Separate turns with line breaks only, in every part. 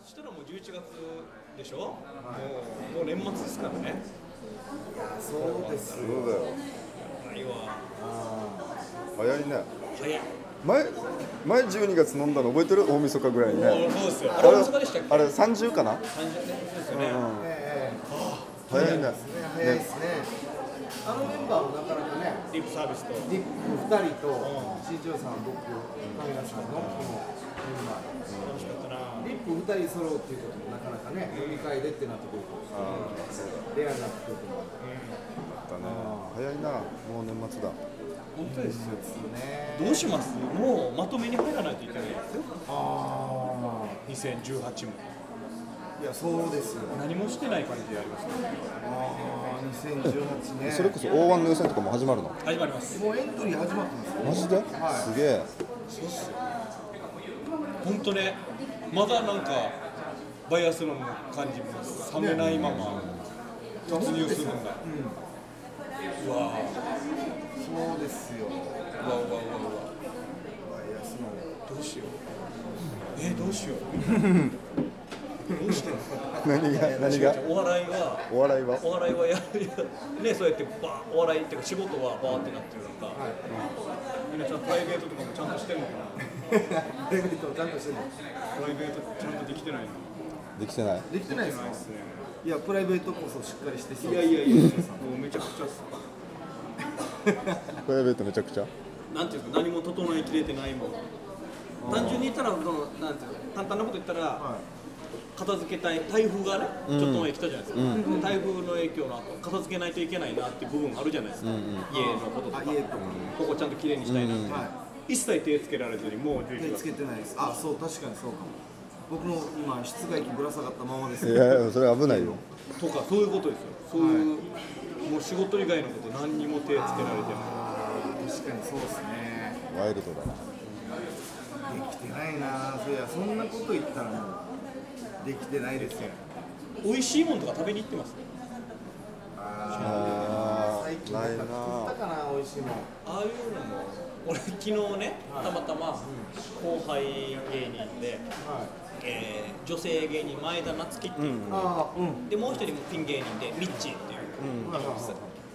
11月でしょ、もうもう年末ですからね
そうですよ
そうだよ
ないわ
早いね
早い
前前12月飲んだの覚えてる大晦日ぐらい
も
ね
うそうですよあれ大阪でしたっけ
あれ30かな
30年ですよね、
ええ
早いね
ね早いですねあのメンバーもなかなかね
リップサービスと
ディップ2人と新庄さん僕神谷さんのこのメンバー
楽しかったな
リップ2人揃うっていうこともなかなかね、飲み会でってなってくると、レアな
だ
ことも
ったね早いなもう年末だ
本当ですよ
ね。
どうしますもうまとめに入らないといけないですよ
あ
2018も
あ、いや、そうですよ。
何もしてない感じでやります
ああ、2018年。
それこそ O1 の予選とかも始まるの
始まります
もうエントリー始まってます
マジ
よ。
で
はい
すげえ
本当ねまだなんかバイアスロンの感じも冷めないまま突入するんだ、うわあ
そうですよ。
うわうわうわ
バイア スの。
うわどうしようえどうしようどうしてんの
何が何が
お笑いは
お笑いは
お笑いはやるねそうやってバーお笑いっていうか仕事はバーってなってるのか、みんなちゃんとプライベートとかもちゃんとしてるのか
プライベートをちゃんとしてるの
なプライベートちゃんとできてないの
できてない
できてないですか
ですね
いや、プライベートこそしっかりしてそう
いや
です
いやいやもうめちゃくちゃ
プライベートめちゃくちゃ
なんていうか何も整えきれてないもん単純に言ったらそのなんていうか簡単なこと言ったら、
は
片付けたい台風がね、ちょっと前来たじゃないですか、台風の影響の後片付けないといけないなっていう部分あるじゃないですか、家のこととか
あ、家とか、
ここちゃんときれいにしたいなって、
は
一切手つけられずにもう
い。
11
手つ
月
けてないです。あ、そう、確かにそうかも。僕の今、室外機ぶら下がったままです
い
よ。
やいやそれ危ないよ
とかそういうことですよそういう、もう仕事以外のこと何にも手つけられてない
あー確かにそうですね。
ワイルドだな
できてないなぁ、そや、そんなこと言ったらもう、できてないですよ。
美味しいものとか食べに行ってます
あ
最近
ーな
ないん
な
か食ったかな、美味しいもん。
ああいうのも俺昨日ねたまたま後輩芸人で、えー女性芸人前田夏樹っていう、
ああ、うん。
でもう一人もピン芸人でミッチーっていう、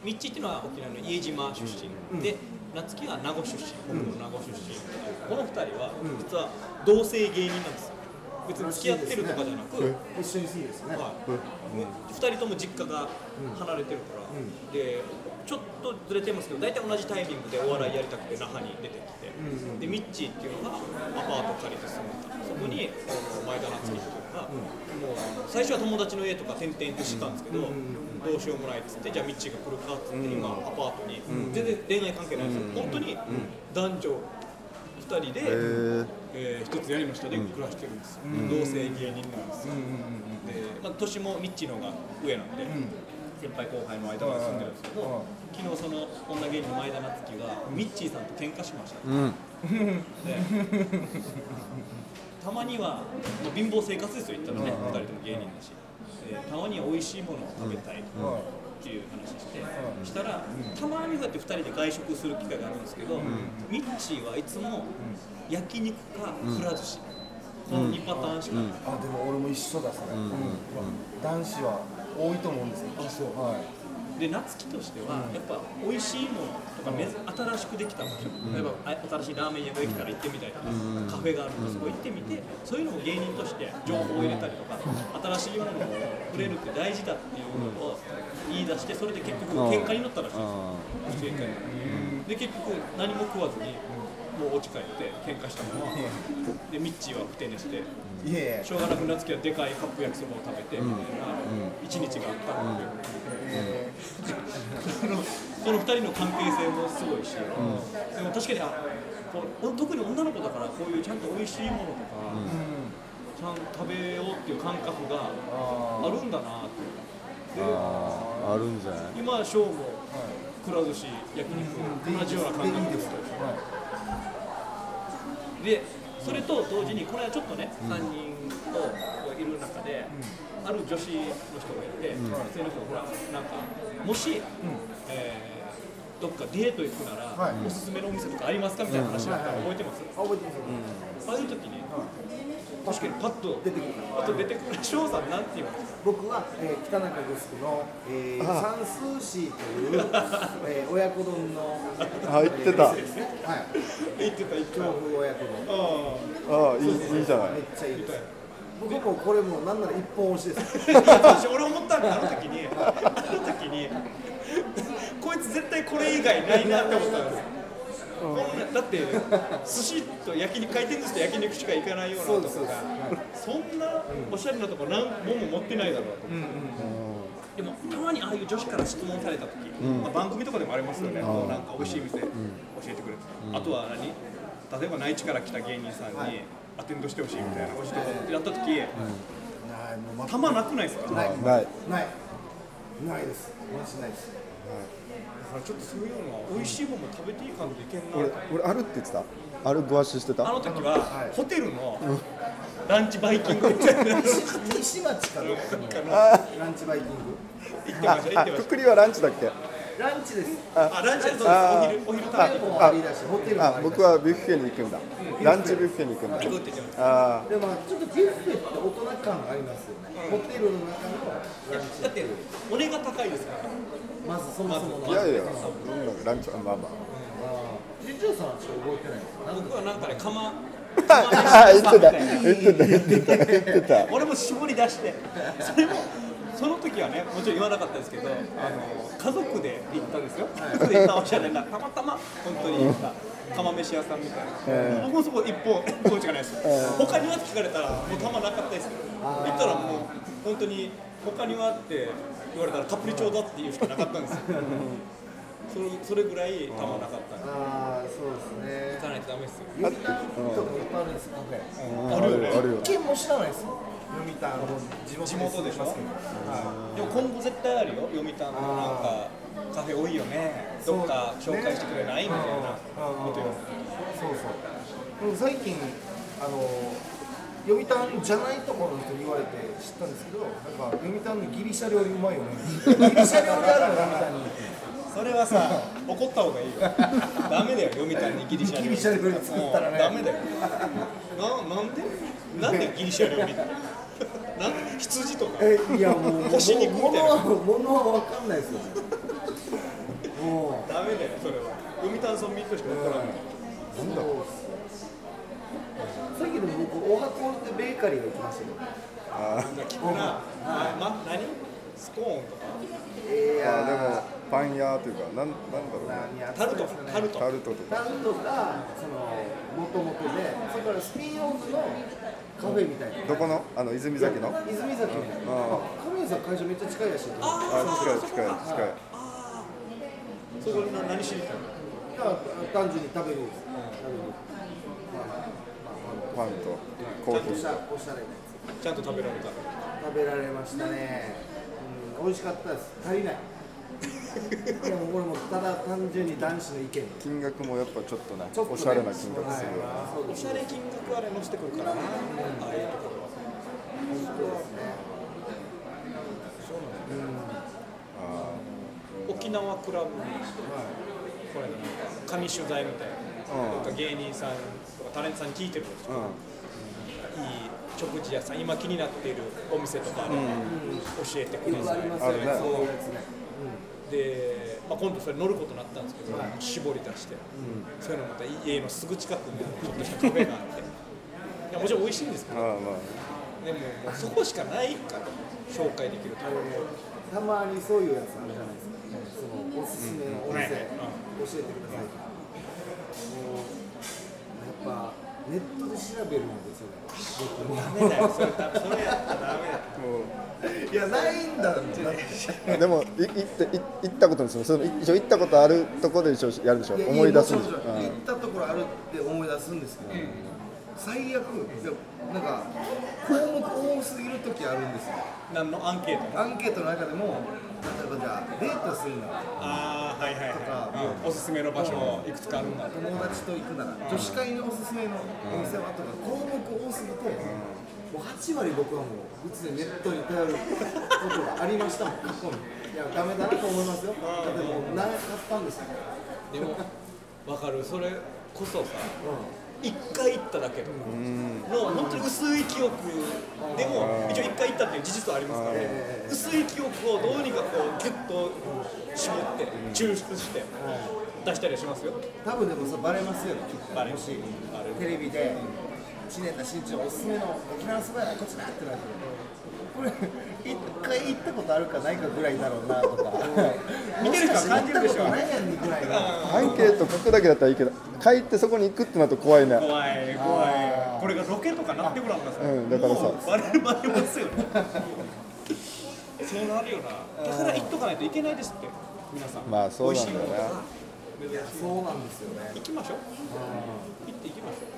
ミッチーっていうのは沖縄の家島出身、で夏樹は名護出身僕の名護出身、この二人は実は同性芸人なんですよ別に付き合ってるとかじゃなく、
一緒に住んでですね。
はい2人とも実家が離れてるから、でちょっとずれてますけど大体同じタイミングでお笑いやりたくて那覇に出てきて、でミッチーっていうのがアパート借りて住んでたそこにこの前田夏樹っていうのが、もう最初は友達の家とか転々としてたんですけど、どうしようもないっつってじゃあミッチーが来るかっつって、今アパートに、全然恋愛関係ないですよ、本当に男女2人で、
えー
えー、一つ屋根の下で暮らしてるんですよ、同性芸人なんですよ、で、まあ、年もミッチーの方が上なんで、先輩後輩の間まで住んでるんですけど、昨日その女芸人の前田夏樹がミッチーさんと喧嘩しました、
うん
で たまには、まあ、貧乏生活ですよ言ったらね、二人とも芸人だし、でたまには美味しいものを食べたいっていう話して、したら、たまにこうやって二人で外食する機会があるんですけど、ミッチーはいつも焼肉かくら寿司、この2パターンしかない、
あ、でも俺も一緒だ、それ。うん男子は多いと思うんですよ。あ、そう。はい。
で夏樹としては、やっぱ美味しいものとか、めず新しくできた場所、例えばあ新しいラーメン屋ができたら行ってみたりとか、カフェがあるとそこ行ってみてそういうのも芸人として情報を入れたりとか、新しいものに触れるって大事だっていうのを言い出してそれで結局喧嘩になったらしい
あ
んですよ、不正解で結局何も食わずにもう落ち帰って喧嘩したままでミッチーはふて寝して。
いやいや
しょうがなく夏樹はでかいカップ焼きそばを食べてみたいな一日があったので、その2人の関係性もすごいし、でも確かにあこう特に女の子だからこういうちゃんと美味しいものとか、ちゃんと食べようっていう感覚があるんだなっていうで
ああるんじゃない
今ショーもくら寿司焼肉同じような感覚ですでそれと同時にこれはちょっとね、3人とこういる中で、ある女子の人がいて、女性の人がほらなんかもし、えーどっかデート行くなら、おすすめのお店とかありますかみたいな話になったの覚えてます、
あ覚えてますよ。
ああいう時に、確かにパッと
出てくる
パッと出てくる翔さんなんて言いますか
僕は、えー北中グスクの、えー、
あ
三数市という、えー親子丼の、
あ言ってた
えー店ですねはい、
言ってた言ってた
京
あ
風親子丼
あ
ああいいいいじゃない
めっちゃいいです僕もこれもうなんなら一本押しです
私俺思ったんだあの時にあの時にこいつ絶対これ以外ないなって思ったんですよこんなだって寿司と焼肉回転寿司と焼肉しか行かないようなと
そう
こ
です
が
そう
そんなおしゃれなとこ何本も持ってないだろうと、でもたまにああいう女子から質問された時、まあ、番組とかでもありますよね、こうなんか美味しい店教えてくれとか、あとは何例えば内地から来た芸人さんに、アテンドしてほしいみたいな、美味しいとこってやった時、
ないもう
たまなくないですか、
ない
ない
ないないですマジないです
だからちょっとそういうのは美味しいもんも食べていい感じでいけんな
俺俺あるって言ってたあるご足して
あ
た
の時は、
はい
ホテルのランチバイキングみたいなのか
西町かどっかの
な
ランチバイキング
行ってました行
あ
ってま
く
した
くりはランチだっけ
ランチです
あランチ
あ
そうですお昼お昼食べ
店舗もありだしホテルもあ
あ
りだし
僕はビュッフェに行くんだランチビュッフェに行くんだ
に行くって言ってました
あ
でもちょっとビュッフェって大人感ありますよね、ホテルの中のランチ
だってお値が高いですから
まずそもそも
あい
の
やいやうんランチはまあまあ
ジュジュさんはちょっと覚えてないですか
僕はなんかね釜
あ言ってた言ってた言ってた言ってた
俺も絞り出してそれもその時はねもちろん言わなかったですけどあの家族で行ったんですよ家族で行ったわけじゃないなたまたま本当に行った釜飯屋さんみたいな、僕もそこ一本一本しかないですよ、他にはって聞かれたらもう玉なかったですけど行ったらもう本当に他にはって言われたらカプリチョウだっていうしかなかったんですよ、それそれぐらい玉なかったんで
ああそうで
行
す
かないとダメですよ
ね読谷とかもいっぱいあるんですカフェ
あるよね
あるよ
一軒も知らないですよ読谷の地元
地元でしょ
ますけど
でも今後絶対あるよ、読谷のなんかカフェ多いよね、どっか紹介してくれないみたいなことよ。
そうそうでも最近あの読谷じゃないところの人に言われて知ったんですけどなんか読谷のギリシャ料理うまいよねギリシャ料理あるの読谷に
それはさ、怒った方がいい よ。ダメだよ、読谷にギリシャ料理。
ギリシャ料理作ったらね
もうダメだよ。ななんでなんでギリシャ料理って。 なんで羊とか。
えいやもう
干し肉みたいな
もう物は物は分かんないですよも
ダメだよ、それは。読谷村民として
う、うん、
怒らない。
なんだろうさっきでも僕お箱でベーカリーが行きましたけど
あ
じゃあ聞くな。あま、何スコーンとか。
い
ーあーでもパン屋というかなんなんだろうね
何やっ
タルト
ですか、ね
タルト。
タルトとか
タルトがそのもともとでそれからスピンオフのカフェみたいな
どこのあの泉崎の
泉崎みたいなあ亀井さん会場めっちゃ近いらしいと思う
あ近い近い近い
そこに何しに行ったの
だから単純に食べるんです、食べる
パンとコーヒ
おし
ー
ゃおしゃれなやつ
ちゃんと食べられた。
食べられましたね、うん、美味しかったです足りないでもこれもただ単純に男子の意見ち
金額もやっぱちょっとね
ょっとね
おしゃれな金額するよね
はいそう
お
です
しゃれ金額あれ乗せてくるからね、ああいうところは。沖縄クラブ、これなんか紙取材みたいな、なんか芸人さんとかタレントさんに聞いてるんですよ、いい食事屋さん、今気になっているお店とかあれば教えてください。
あるね
そういうやつね
で、まあ、今度それ乗ることになったんですけど、絞り出して、そういうのまた家のすぐ近くにあるちょっとしたカフェがあっていやもちろん美味しいんですけ
あ
ど
あま
でももうそこしかないから紹介できるところ
たまにそういうやつあるじゃないですか、そのおすすめのお店、教えてくださいとか、もうやっぱネットで調べるんですよね僕も
ダメだよそれダメそれやったらダメだよ
いやないんだってなって
あでもい行ってい行ったことにするそのい一応行ったことあるとこで一応やるでしょ思い出すんでしょ
やもちろんもちろん行ったところあるって思い出すんですけど、最悪でもなんか項目多すぎる時あるんですよ
何のアンケート
アンケートの中でも例えばじゃあデートするなら
ああはいはいはい、うんおすすめの場所いくつかあるんだ
友達と行くなら女子会におすすめのお店はとか項目多すぎてもう8割僕はもううつでネットに頼ることがありましたもん過去にいやダメだなと思いますよだってもう何買ったんですか
でも分かるそれこそさ
う
一回行っただけの本当に薄い記憶でも一応一回行ったっていう事実はありますからね薄い記憶をどうにかこうギュッと絞って抽出して出したりはしますよ
多分でもさバレますよね
バレる
もし
バレる
テレビで知念田新地のおすすめの沖縄そば屋こっちだってなってこれ一回行ったことあるかないかぐらいだろうなとか
見てる人は感じるでしょ
行ったことないやんぐらいの
アンケート書くだけだったらいいけど書いてそこに行くってなると怖いな
怖い怖いこれがロケとかなってごらんなさい、
うんだからさ
もうバレるバレますよねそうなるよなだから行っとかないといけないですって皆さん
まあそうなんだよな
美味しいものとか
そうなんですよね
行きましょう行って行きましょう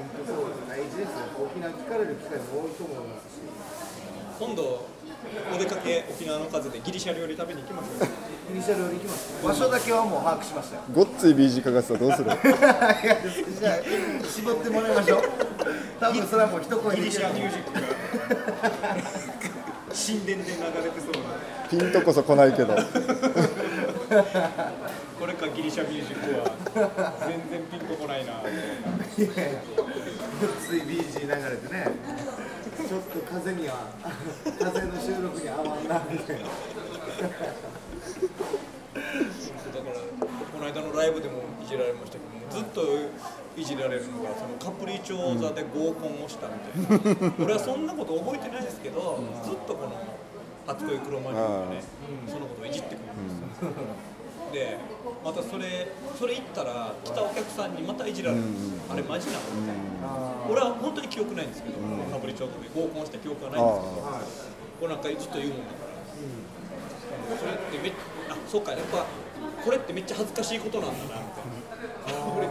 本当そうです大事ですよ沖縄聞かれる機会も多いと思いますし
今度お出かけ沖縄の風でギリシャ料理食べに行きましょう
イニシャルより行きます場所だけはもう把握しましたよ
ごっつい BG 書かせたらどうす る
いやじゃあ絞ってもらいましょう多分それはもう一声
ギ
で
リ
き
シ
る
ャミュージックが 神殿で流れてそうな
ピンとこそ来ない けど
これかギリシャミュージックは全然ピンとこないな
つい BG 流れてねちょっと風には風の収録に合わんなみたいな
だからこの間のライブでもいじられましたけどずっといじられるのがそのカプリチョ座で合コンをしたみたいな、俺はそんなこと覚えてないですけど、ずっとこの「初恋クロマニオン」がね、そのことをいじってくるんですよ、でまたそれそれ行ったら来たお客さんにまたいじられるんですよ、あれマジなのみたいな、俺は本当に記憶ないんですけど、カプリチョ座で合コンした記憶はないんですけどこ
は
れなんかずっと言うもんだから、それってめっあそうかやっぱこれってめっちゃ恥ずかしいことなんだなみたいな俺こ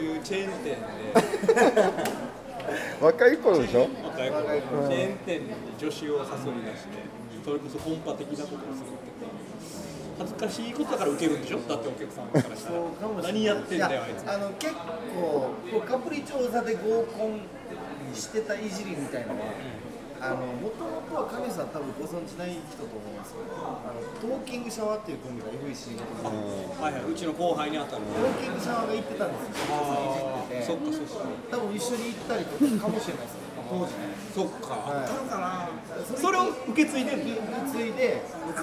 ういうチェーン店で
若い頃でしょ
若い子のチェーン店に女子を誘い出してそれこそ本場的なことをするって恥ずかしいことだから受けるんでしょだってお客さんからしたら
そうかもしれない
何やってんだよあいつ
やあの結構こうカプリ調査で合コンしてたいじりみたいなのはあのもともとは神さん多分ご存知ない人と思うんですけどあのトーキングシャワーっていうコンビが FEC の
あはいはいうちの後輩にあったの
トーキングシャワーが行ってたんですよ
あ
いじってて
そっかそっか
多分一緒に行ったりとかかもしれないですよ当時ね
そっか、あったのかなそれを受け継いでんの
受け継いで僕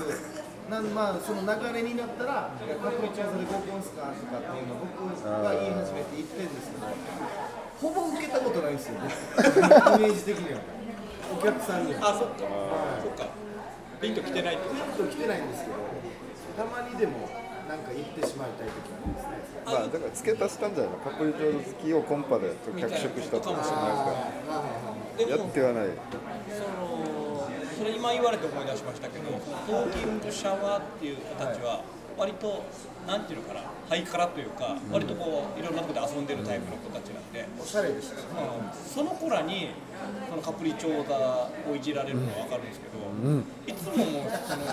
なんまあその流れになったら「いやカプリチョーザで合コンっすか?」とかっていうのを僕が言い始めて言ってるんですけどほぼ受けたことないんですよね イメージ的にはお客さんには
あそっかそっかピンと来てないって
ちょっと来てないんですけどたまにでもなんか言ってしまいたい時ありますね
まあだから付け足したんじゃないのカプリチョ好きをコンパで脚色したとかじゃ
で
ないですかや
も
ってはない
そのそれ今言われて思い出しましたけどトーキングシャワーっていう子たちは割となんていうのかなハイカラというか割とこういろんなとこで遊んでるタイプの子たちなんで、
おしゃれでしたね
あのその子らにそのカプリチョーザをいじられるのは分かるんですけど、いつももうその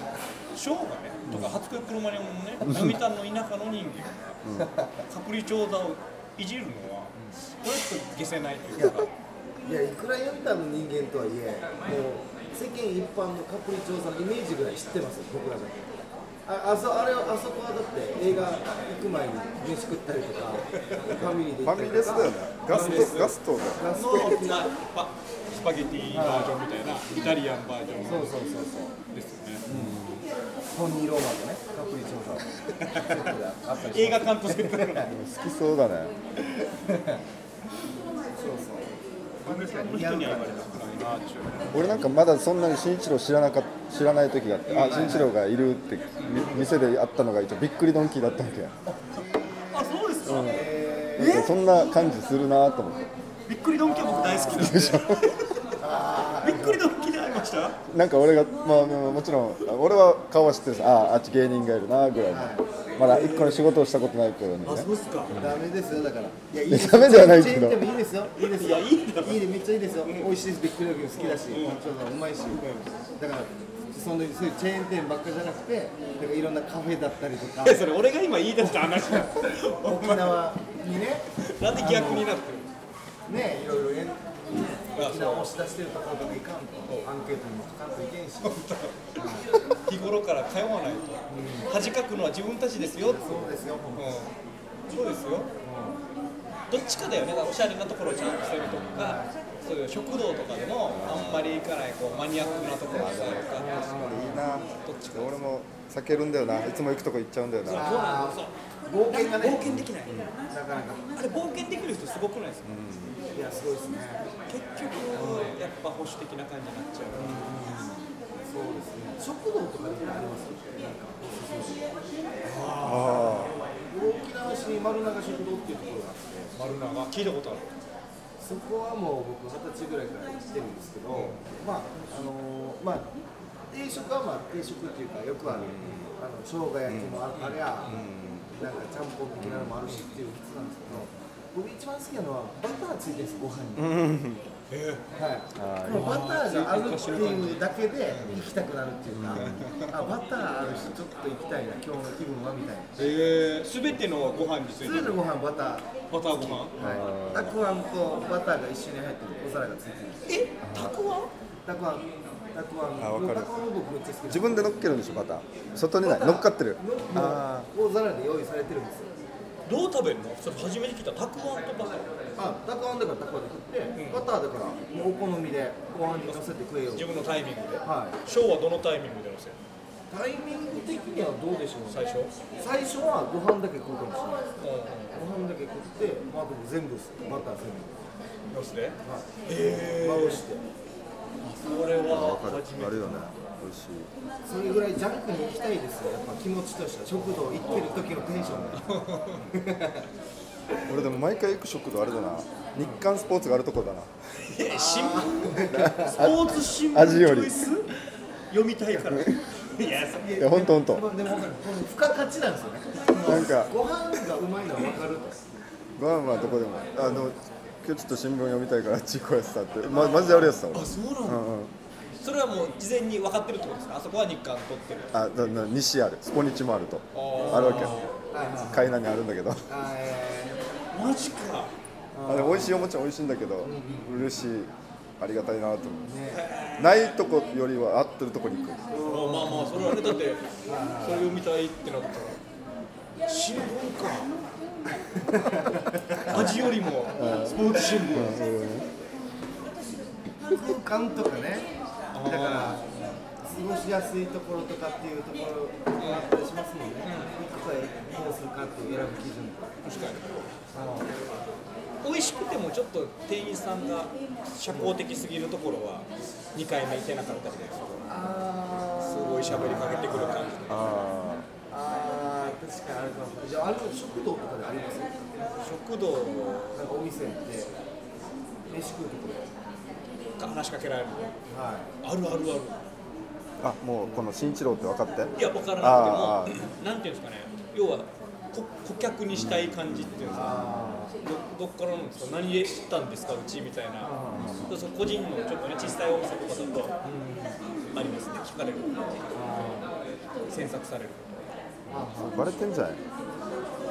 ショーがねとか初恋クロマニオンもね並田の田舎の人間がカプリチョーザをいじるのはこれちょっと消せないというか。
いやいくらヤンタの人間とはいえもう世間一般のカプリチョーさんのイメージぐらい知ってますよ僕らだってああそあれをあそこはだって映画行く前に飯食ったりとかファミリーで
フ
行っ
ァ
たり
ミ
と
レス
か
だよねガストガストだよ
ガスト
のなパスパゲティバージョンみたいなイタリアンバージョ
そう
ン
そうそうそう
ですよね、
ポニーローマンとねカプリチョーさんのセットであったり
映画館とセットの
好きそうだね
そうそう
の人には言われたことないなって
俺なんかまだそんなに新一郎知らなか知らない時があってあ新一郎がいるってみ店で会ったのが一応びっくりドンキーだったわけや
あそうですか、
なんかそんな感じするなと思って
びっくりドンキは僕大好きなんでびっくりドンキで会いました
なんか俺がまあももちろん俺は顔は知ってるさああっち芸人がいるなぐらいのまだ一個の仕事をしたことない頃にね
あそうですか
ダメですよだからいやいいです
ダメではないけど
めっちゃ行ってもいいですよいいですよ
いやいいんだろ
いいでめっちゃいいですよ美味しいですびっくりドンキーも好きだしカプリチョーさんうまいしだからそのそういうチェーン店ばっかじゃなくてなんかいろんなカフェだったりとか
いやそれ俺が今言い出した話だお
沖
前な
縄にね
んで逆になってる
ねいろいろね
あ
沖縄を押し出してるところとかいかんとアンケートにも書かんといけんしそう
日頃から通わないと恥かくのは自分たちですよって
ですよもう
うんそうですよ。どっちかだよねだからおしゃれなところをちゃんとしてるとかそういう食堂とかでもあんまり行かないこうマニアックなところをしてるとか
いいな俺も避けるんだよないつも行くとこ行っちゃうんだよ
そうそ
な
うなのそう
冒険がね
冒険できない、
なかなか
あれ冒険できる人すごくないですか、
いやすごいですね
結局やっぱ保守的な感じになっちゃうから、
そうですね食堂とかでもありますよなんかおすすめ
あ
沖縄市に丸中食堂っていうところがあって
丸長聞いたことある
そこはもう僕二十歳ぐらいから行ってるんですけど、まああのーまあ定食はまあ定食っていうかよくある、あの生姜焼きもあ,、れや、なんかちゃんぽん的なのもあるしっていう普通なんですけど、僕一番好きなのはバターついてるんですご飯に、
え
はい、このバターがあるっていうだけで行きたくなるっていうか、 あバターあるしちょっと行きたいな今日の気分はみたいな
ええー、全てのご飯について
それ
る
のご飯バター
バターご飯
はい、たくあんとバターが一緒に入ってるお皿がついてる
えたくあん
たくあん、たくあん、
あわかる
たくあん僕めっちゃ
あ
好き
自分で乗っけるんでしょバター外にない乗っかってるあ
ああ、大皿で用意されてるんですよ。
どう食べるのそれ初めて聞いたたくあんとバター
あ、たくあんだからたくあんで食って、バターだからもうお好みでご飯に乗せて食えよ。
自分のタイミングで
はい。
ショーはどのタイミングでのせる
タイミング的にはどうでしょう
最
ね。
初、うん
最初はご飯だけ食うかもしれないです。ご飯だけ食って、まあでも全部ですよバター全部。
のせて
はい。
え
まぶして。
これは
あ分かる
初め
あ
て
るよね美味しい
それぐらいジャンクに行きたいですよ。やっぱ気持ちとしては食堂行ってる時のテンションで。
俺でも毎回行く食堂あれだな日刊スポーツがあるとこだな
え新聞スポーツ新聞
味
チ
よ
ョ
り
イス読みたいからいやそ
いやほんとほんと
まあでもわかる。この付加価値なんですよね。
なんか
ご飯がうまいのはわかると。
ご飯はどこでもあの今日ちょっと新聞読みたいからあっち行こうやつだって、ま、マジであるやつだ俺
あそうなんだ、それはもう事前に分かってるってことですかあそこは日韓取ってる
あだな西あるスポニチもあるとあるわけよ
はいはい。
海南にあるんだけど
あえ
マジか
あれ美味しいおもちゃ美味しいんだけど嬉しいありがたいなと思う、ないとこよりは合ってるとこに行く
あまあまあそれはねだってそれ読みたいってなったら新 聞か味よりもスポーツ新聞、
ー空間とかねだから過ごしやすいところとかっていうところがあったりしますもんね一回どうするかっていう選ぶ基準とか
確かに美味しくてもちょっと店員さんが社交的すぎるところは2回目いてなかったみたいなすごい喋りかけてくる感じで
あ
あー確かにあるかもしれないじゃああれ食堂とかであります
食堂
なんかお店行って飯食うところ
が話しかけられるの
はい
あるあるある
ーあもうこの新一郎って分かって
いや分からなくてもなんていうんですかね要はこ顧客にしたい感じっていうんですか
あ
どどっからなんですか何で知ったんですかうちみたいなそうそう個人のちょっとね小さいお店とかだと、ありますね聞かれる詮索される
それバレてんじゃない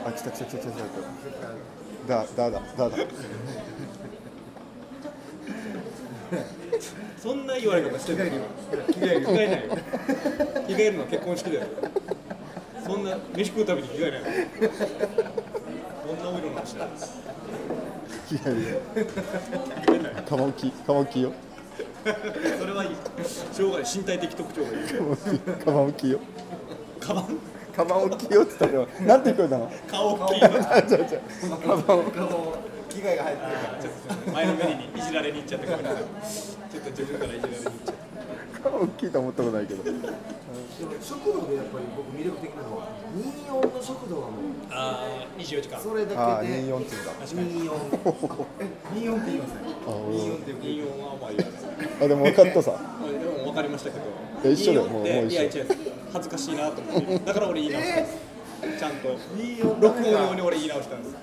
あ来た来た来た来た来ただだだだだ
そんな言われ方してる着替える着替えないよ着替えるのは結婚式だよそんな飯食うたびに着替えないよどんなお色の話だよ
いやいやカモキカモキよ
それはいい生涯身体的特徴がいい
カモキカモキよ
カバン
カマオキよって言ったよなんて聞こえたの
顔大きいの
あ他の機械が入ってる
ちょっと前のめりにいじられに行っちゃってごめんなさいちょっと自分からいじられに行っちゃっ
カマオキと思ったことないけど
でも食堂でやっぱり僕魅力的なのは24の食堂はもう
たああ24時間
それだ
ああ
けで
24って言うんだ
24え24って言いますね24って言う
24はまあいいや
あでも分かったさ
でも分かりましたけど
え一緒だよ
24っ
もう
て
もう一緒
いや違う恥ずかしいなと思ってだから俺言い直したんです、ちゃんと
24
録音用に俺言い直したんです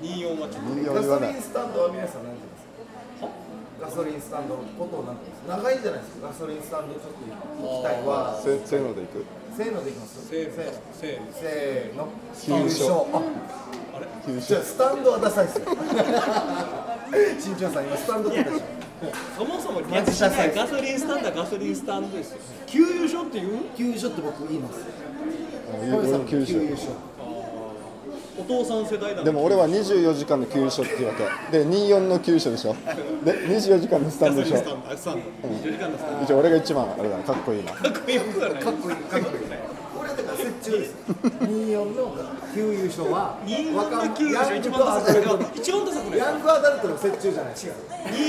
24はちょっと
24
ガ
言わ
ソ
ない
リンスタンドは皆さん何て言うんですかガソリンスタンドことを何て言うんですか長いじゃないですかガソリンスタンドちょっと行きたいは
せせーのでいく
せーのでいきます
せーの
せ
せーの
ーの
急所
あ
あれ
急
じ
所
ゃあスタンドはダサいですよ新庄さん今スタンドって言ったでしょ
そもそも略しないガソリンスタンドはガソリンスタンドですよ給油所っていう
急所って僕言います
あいいよ俺も急所
急所
お父さん世代だな
でも俺は24時間の給所っていうわけで24の給所でしょで24時間のスタ
ガ
ン
ソ
ド
リ
で
ン
しょ
スタンドあスタンド24時間のスタン
一応俺が一番あれだなかっこいいな
ドかっこよくはない
かっこいいかっこいい俺だから設置です24の旧優勝は
24
若
の
者
九
ヤ
勝
ン
一
グ
番
ア
ダ
ダ
サい
ルト
一番ダサくない
ヤングアダルトの折衷じゃない違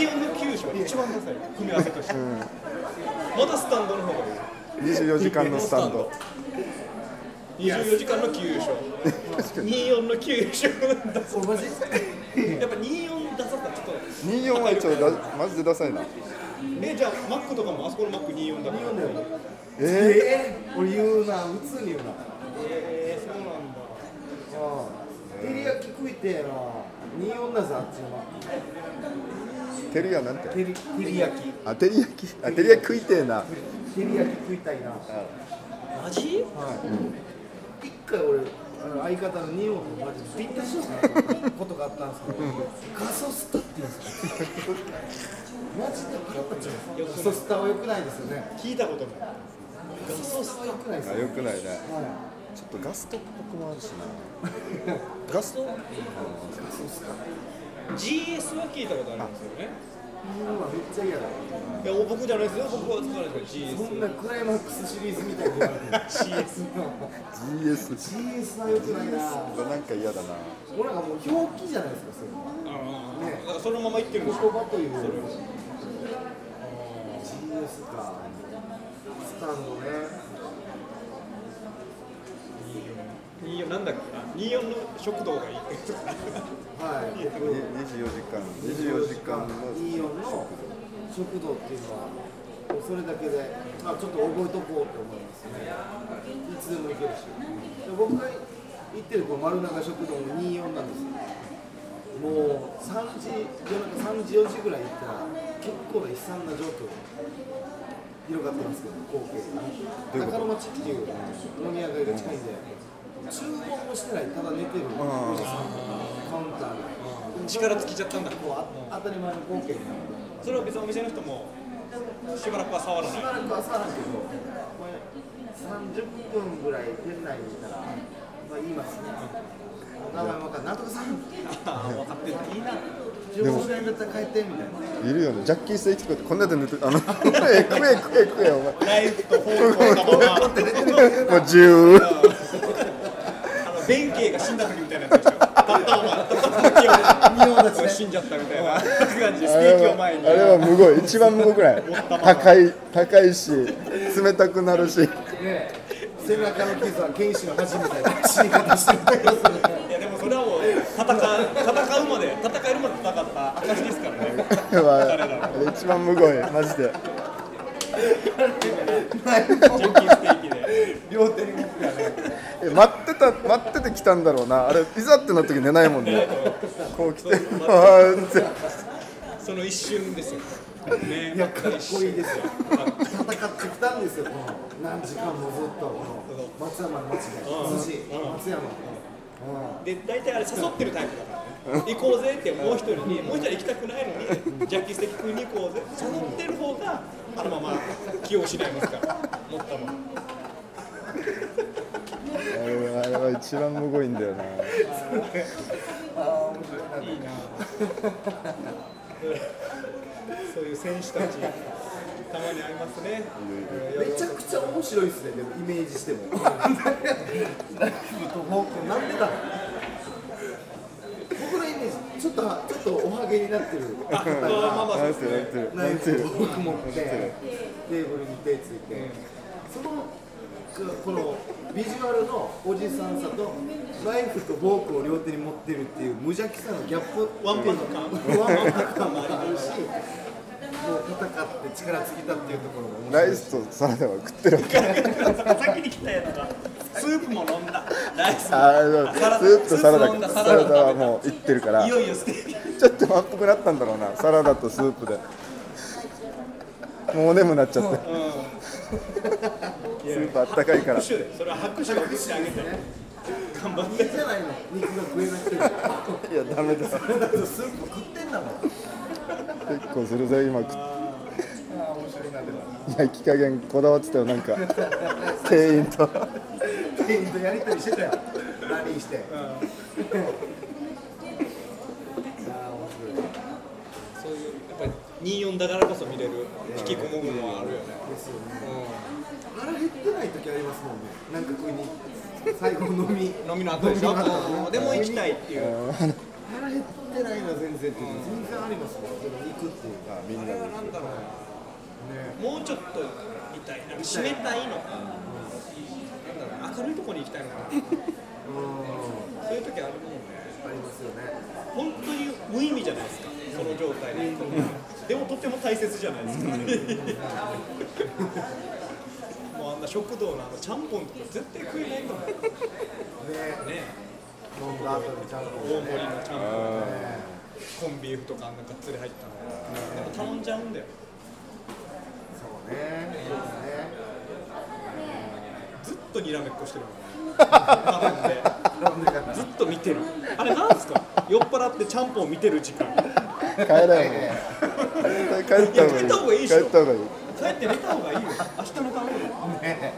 う
24の九勝一番ダサい組み合わせとしてまだスタンドの方がいい
24時間のスタンド
24時間の給勝24の給勝だ
おマジ
やっぱ24ださったらちょっと
24は一応だマジでダサいな
えじゃあマックとかもあそこのマック24だから
え
えー、俺言うな普通に言うな
えー、そうなんだ
うん照り焼き食いてえな24だぜあっちのマッ
ー、照り屋なんて
ク照り照り焼き
あ照り焼きあ照り焼き食いてえな
照り焼き食いたいな
マジ
一回俺あの相方のニオンとマジでビンタしようかなことがあったんですけどガソスタって言うんですよマジで腹立ちますガソスタは良くないですよね
聞いたことない
ガソスタは良くないです
あ
よ
よくないね
は
ちょっとガストっぽくもあるしなガスト
GS は聞いたことありますよね
いニオンはめっちゃ嫌だ
いや僕じゃないですよ僕は使わないですよ
そんなクライマックスシリーズみたいに言われてる
GS
GS
CS は良くないな
なんか嫌だな
俺なんかもう表記じゃないですかそれ
ああ、
ね
だからそのまま言ってるんです
言
よ
葉という
それ
GS かスタンドね
24なんだっけあ24の食堂がいい
はい
24
僕
時間24時間の
24の食堂っていうのはもうそれだけで、まあ、ちょっと覚えとこうと思いますねいつでも行けるしで僕が行ってるこの丸中食堂も24なんですよもう3時夜中3時4時ぐらい行ったら結構な悲惨な状況広がってますけど光景が中野町っていう飲み屋街が近いんで注文もしてないただ寝てるおじさんとかカウンターで
力尽きちゃったんだ
こうあ当たり前の光景になる
それは別にお店の人もしばらくは触ら
し
ない
ばらくはさらけど、これ30分ぐらい店内にいたら、まあ、言いますね。お名前分かんない。なんとかさん、
ああ分かってるいいな
15円だったら帰ってみたいな。
いるよねジャッキー・ステーキとかってこんなで塗ってあの食え食え食え食えお前
ナイフとフォークを持ったまま
もう十
あの弁慶が死んだ時みたいなやつでしょ。たったお前、たったお前、死んじゃったみたいな感じでステーキを前に。
あれはむごい一番むごくない高い高いし冷たくなるし
ねえ背中の傷は剣士の恥みたいな死に方してるんだけど、それ
いやでもそれはもう戦う戦うまで戦えるまで戦った証ですからね。
あれはあれ一番むごいマジで
ジャッキーステーキで。
両手に持って
え待ってた待ってて来たんだろうなあれいざってなった時寝ないもんねこう来てあーって
その一瞬ですよ。ね、
いや、かっこいいですよ。
まあ
戦ってきたんですよ、この何時間もずっと、この松山の町で、
うん
寿司、松山。うん
で大体あれ誘ってるタイプだから、ね、行こうぜってもう一人にもう一人行きたくないのにジャッキーステーキ食いに行こうぜ誘ってる方があのまま気を失いますから持ったまま
あれはあれは一番むごいんだよな
ないいなそういう選手たちたまに会いますね
めちゃくちゃ面白いですね、でもイメージしても。ナイフとフォーク、なんでだろう僕のイメージ、ちょっとちょっとおはげになってる。
あこのまま
なんてなんてる
ナ
な
イ
んて
フ
る
とフォーク持って、テーブルに手ついて。その、このビジュアルのおじさんさと、ナイフとフォークを両手に持ってるっていう無邪気さのギャップ。
ワンパンの感
ワンパン感もあるし。もう戦って力尽きたっていうところも面白い
ライスとサラダは食ってる
先に来たやつがスープも飲んだライスも
あーでもスープとサラ
スープ飲んだ
ダ
サ
サ
ラダ
ラダはもういってるから
いよいよステーキ
ちょっと満腹なったんだろうなサラダとスープでもう眠なっちゃってスープあったかいから
拍手でそれは拍手を送ってあげて頑張って
いいじゃないの、肉が食えなくても。
いやダメだ結
だけどスープ食ってんだもん。
構するぜ今食っ
ああ、面白いな、でも。
焼き加 減こだわってたよなんか店員と
店員とやりとりしてたよ。
ラリーして。いや
そういうやっ
ー面白い
ぱり24だからこそ見れる引きこもぐもはあるよね、
ですよね。
う
腹減ってない時ありますもんね。なんかこうに最後飲
ん、
み
飲みの後でしょ
飲みの後
うんでも行きたいっていう
腹減ってないな全然っていうの全然ありますもん。その行くっていうかみん
あ
な
れ
で
はなんだろう
ね。
なもうちょっと見たいな締めたいのかなんだろう明るいところに行きたいのか
うん。
なそういう時あるもんね
ありますよね。
本当に無意味じゃないですか、その状態で。でもとっても大切じゃないですか。もうあんな食堂のあのちゃんぽんとか絶対食えないと思う。ね
ね。飲んだ後にちゃんと
大盛りの
ね。
ちゃんぽんとか、コンビーフとかあんながっつり入ったの。でも頼んじゃうんだよ。
そうね。そうですね。
ずっとにらめっこしてるもんね。頼んで。
なんでかな。
ずっと見てる。あれなんですか酔っ払ってちゃんぽん見てる時間。
帰らへんもん帰った方がい
帰った方がいい
い
っ
帰
しょ
った方がいい
帰って寝た方がいいよ。明日のために。
ね。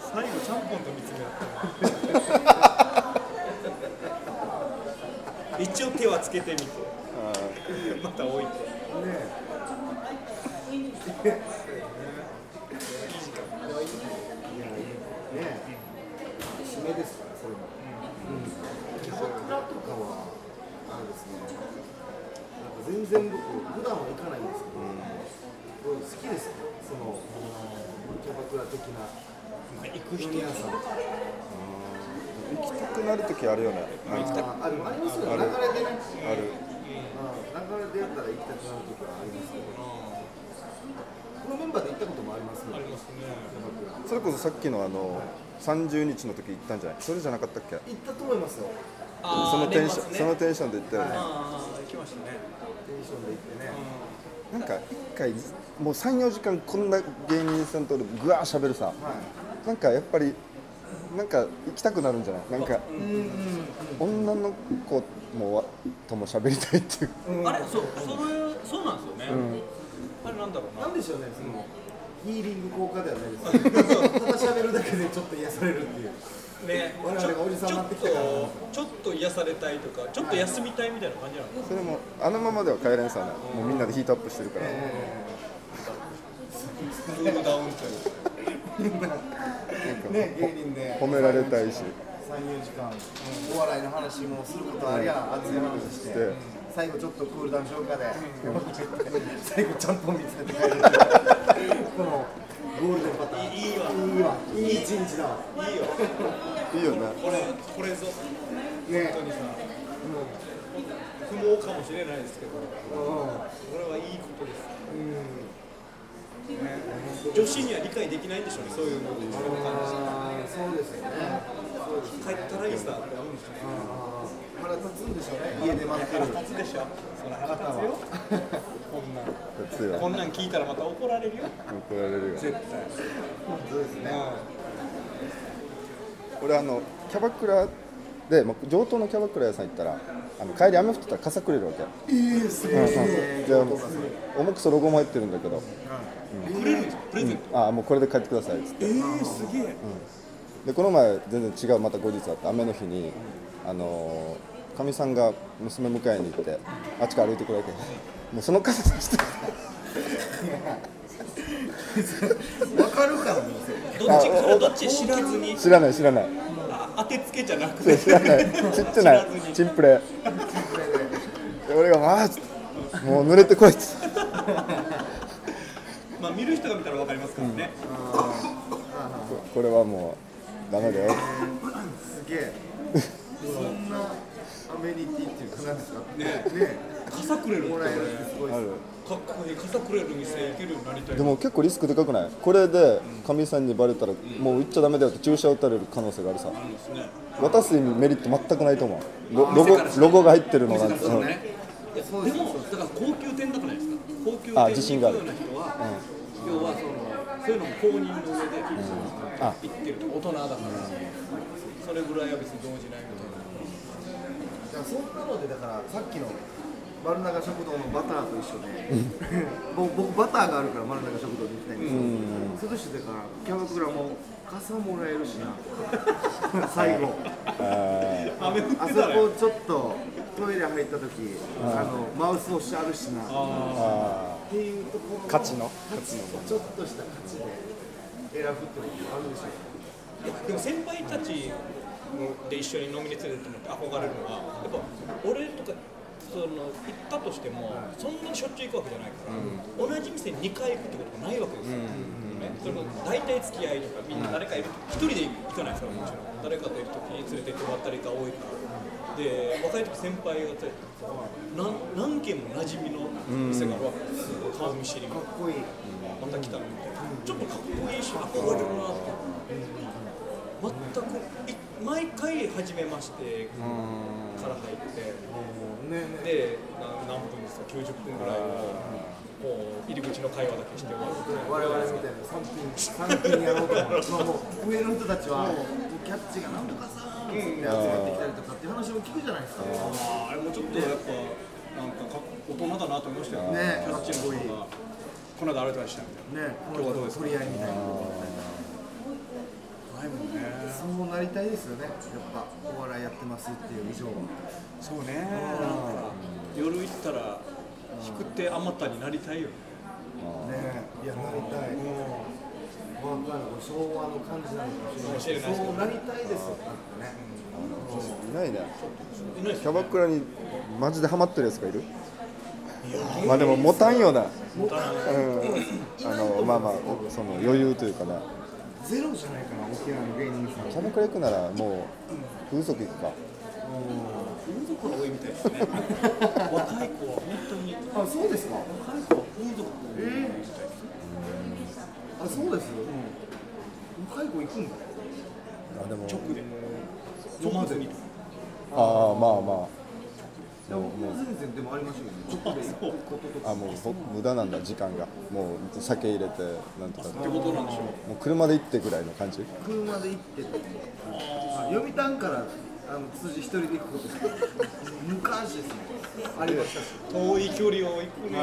最後ちゃんぽんと見つめ合って一応手はつけてみてまた置いて
ね締めですからそれも、キャバクラとかはあれですねなんか全然僕普段は行かないんですけど、僕好きですよそのキャバクラ的な
行く人
飲み屋さん
行きたくなる時あるよねなんか
ああでもありますよね
ある
流れでね、
ある
うん、流れでやったら行きたくなる時はありますけどこのメンバーで行ったこともありますもん
あ
キ
りますね
ャバクラ
それこそさっきのあの30日の時行ったんじゃないそれじゃなかったっけ
行ったと思いますよ
あ
そのテンシ
年
ョ
末ね
ンそのテンションで行ったよね
ああ行きましたね
テンションで行ってね、
なんか一回もう34時間こんな芸人さんとぐわーしゃべるさ
はい
なんかやっぱりなんか行きたくなるんじゃないなんか女の子もわとも喋りたいっていう
うんあれそうそれそうなんですよねあれなんだろうな
なんでしょうね、その、ヒーリング効果ではない ですけど、ただ喋るだけでちょっと癒されるっていう。
ね
我
ちょ
々がおじさんになってき
ち
た
ょっ
から
とちょっと癒されたいとかちょっと休みたいみたいな感じなの
それもあのままでは帰れんさねもうみんなでヒートアップしてるから
クールダウンという
ね、芸人で
褒められたいし
三四時間、お笑いの話もすることありゃ、熱い話して。
で
最後ちょっとクールダウン消化で、 最後ちゃんぽん見つけて帰るっていう このゴールデンパターン
いいわ
いいわいい一日だわ
いいよ
いいよね
これこれぞ
ね
本当にさ、不毛かもしれないですけど、これはいいことですよ。ね女子には理解できないんでしょうね、そういうの、その感じ。
あーそうですよねそうです
帰ったらいいさって思うんですよね。
あー腹立つんでしょうね家で待ってる
立つでしょ。それ腹立つよ。こんなん、
つい
こ
よ
んなん聞いたらまた怒られるよ。
怒られるよ
絶対。
そうですね
俺あのキャバクラで、まあ、上等のキャバクラ屋さん行ったらあの帰り雨降ってたら傘くれるわけ、
えー、すごいね。
であの重くそロゴも入ってるんだけど
くれるんですよプレゼント。
ああもうこれで帰ってくださいっつって
えー、すげえ。
でこの前全然違うまた後日あって雨の日にあのーかみさんが娘迎えに行ってあっちから歩いてくるわけもうその傘差して
わかるかも。
どっち、それどっち知らずに、
知らない知らない
あ当てつけじゃなくて。
知らないちっちゃな
知ら
い
ずに
チンプレで俺が「ああ」っつって「もう濡れてこい」っつって
まあ、見る人が見たらわかりますからね。
これはもうダメだよ
すげえ。そんなアメニティっていうかなんですか。ね
傘くれるって
え、
こ
も
れ
らえるってすごいで
あ
すね。
る
かっこいい傘くれる店行けるようになりたい
でも結構リスクでかくないこれでかみさんにバレたらもう行っちゃダメだよって注射打たれる可能性があるさ
なんですね
渡すメリット全くないと思うロロゴロゴが入ってるのなんて
そう
うん
ねいやでもだから高級店だからですか高級
あ
店
自信
に
が
行
あ
く
る
ような人は、要はそのそういうのも公認の上で行ってると大人だから、それぐらいは別に動じないみたいな
だからそんなのでだからさっきの丸永食堂のバターと一緒で、 僕僕バターがあるから丸永食堂に行きたいんですよ、それとしてだからキャバクラも傘もらえるし な最後
あ
雨降
あ
って
そ
たら
こちょっとトイレ入った時あのマウス押しあるしな
ー
あ
あ
っていうところの
価値の
価値のちょっとした価値で選ぶっていうのもあるでしょう
ーでも先輩たちで一緒に飲みに連れてってもらって憧れるのはやっぱ俺とかその行ったとしてもそんなにしょっちゅう行くわけじゃないから、同じ店に2回行くってことがないわけですよ、ねそれも大体付き合いとかみんな誰かいる一人で行かないですからもちろん誰かといる時に連れてってもらったりが多いからで若い時先輩が連れてってなん何軒も馴染みの店があるわけですよ顔見知りも
かっこいい
また来たのみたいなちょっとかっこいいし憧れるなって全くい毎回初めましてから入っ
ね
てでな何分ですか90分ぐらいのもう入り口の会話だけして終わるみたいな
我々みたいな三品三品やろうとか、まあ、もう上の人たちはもうキャッチがなんとかさーんって集まってきたりとかっていう話も聞くじゃないですか、
あーあれもちょっとやっぱなんかかっ大人だなと思いましたよ
ね
キャッチの方がこの間あれとかしたみたい
ねこの人の取り合いみたいな
なないもんね
そうなりたいですよねやっぱお笑いやってますっていう以上は
そうねなんか夜行ったら引く手あまたになりたいよね
ねいやなりたいもう分かるこれ昭和の感じなのかもしれないそうなりたいですよだってね
ーいないね
いないです
キャバクラにマジでハマってるやつがいるまあでも持たんよな、うん、あのまあまあおその余裕というかな
ゼロじゃないかな沖縄の芸人さん
キャバクラ行くならもう風俗行くか
風俗の多いみたいですね若い子は本当に
あそうですか
若い子は風俗
えー、あそうです、若い子行くんだ
あでも
直で飲まずに
ああまあま
いや僕も全然でもありましたけど、ね、直で行くことと
ああ
か
もうほ無駄なんだ時間がもう酒入れてなんとか
ってことなんでしょう
もう車で行ってぐらいの感じ
車で行ってたあ読谷からあの辻一人で行くこととか無関心ですねありましたし
遠い距離を行くね、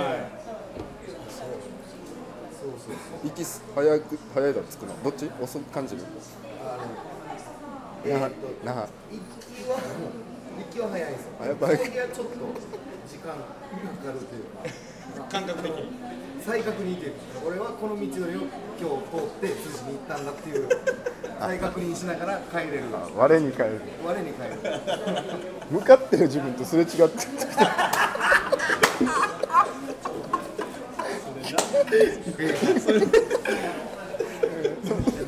そうそうそう
息す早く早いだろつくのどっち遅く感じる
えーっ
那覇
と
那覇
行きは行きは早いですよ
あやっぱり
帰りはちょっと時間かかるというか
感覚的に
再確認というか俺はこの道の今日通って辻に行ったんだっていう再確認しながら帰れる
我に返る
我に帰る
向かってる自分とすれ違ってる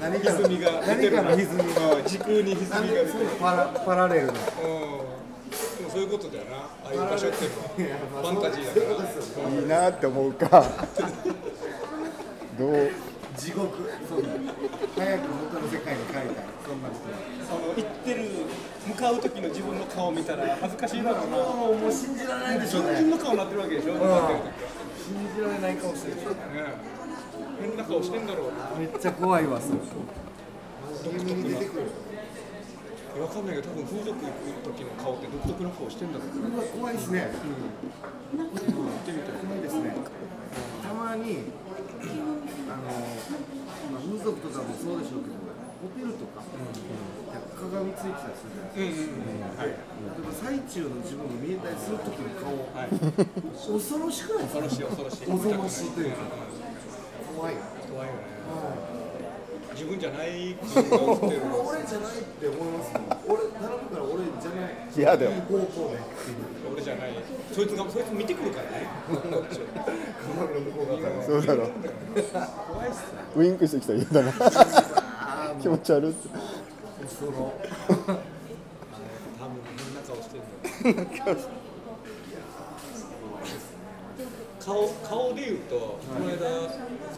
何かの
歪みが出
何
てる
かの
な
歪みが
時空に歪みが
なん
出てる
でそういうのパラパラレル
うん
な
でもそういうことだよなああいう場所って いうのは
まあ
ファンタジーだから
そうですよ
いいなって思 うかどう
地獄そうだ早く元の世界に帰りたいそんなことは
その行ってる向かう時の自分の顔見たら恥ずかしいだろうな
もうもう信じられないでしょう
自
ね
分の顔になってるわけでしょ、
うん
向かってる
信じられない顔してる
時ね変な顔してんだろう
めっちゃ怖いわそう夢に出てくる
いやわかんないけど多分風俗行く時の顔って独特な顔してんだろう
うわ怖いですね、うん、行ってみたい怖いですねたまにあの、まあ、風俗とかもそうでしょうけどホテルとか、鏡ついてたりするじゃないですか
うんうんうんはい
例えば最中の自分が見えたりする時の顔、
はい
恐ろしくないですか
恐ろしい恐ろしい
おぞましいというか怖い
怖いよね自分じゃない感が起きてるの
俺じゃないって思いますもん俺頼むから俺じゃない
嫌だよ
方向で
俺じゃないそいつがそいつ見てくるからねこっちを
そうだろウインクしてきたら嫌だな気持ち悪いって
恐ろ
多分変な顔してるんだよ 顔顔で言うと、この間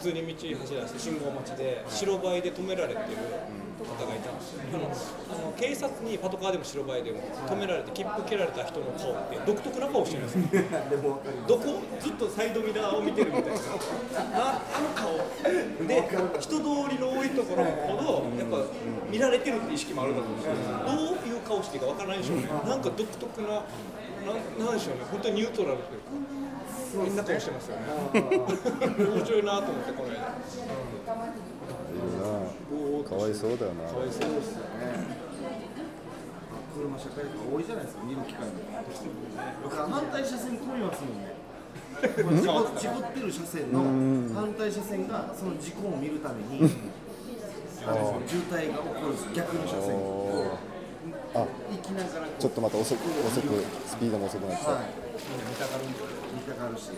普通に道走らせて信号待ちで白バイで止められてる方がいたんですよ、あのあの警察にパトカーでも白バイでも止められて切符切られた人の顔って独特な顔して るんですよ
でもわかる
どこずっとサイドミラーを見てるみたいななあの顔で人通りの多いところほどやっぱ見られてるって意識もあるだろうしどういう顔していいかわからないでしょうねなんか独特ななんなんでしょうね本当にニュートラルというか変な顔してますよね面白いなと思ってこの間
いるなかわいそうだよな
かわいそうです
車社会人多いじゃないですか見る機会も僕は反対車線混みますもんね事故事故ってる車線の反対車線がその事故を見るためにあの渋滞が起こるんです逆の車線を行きながら
ちょっとまた遅く
うん
遅くスピードも遅くなっちゃう
はい見たがるんじゃない見たがるし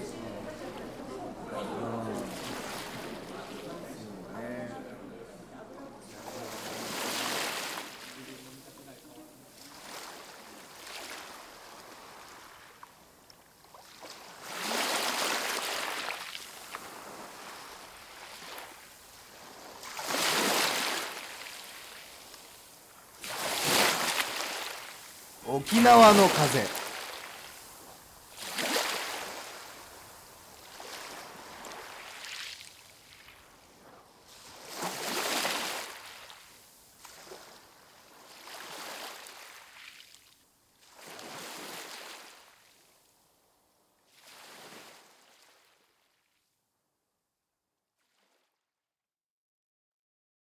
沖縄の風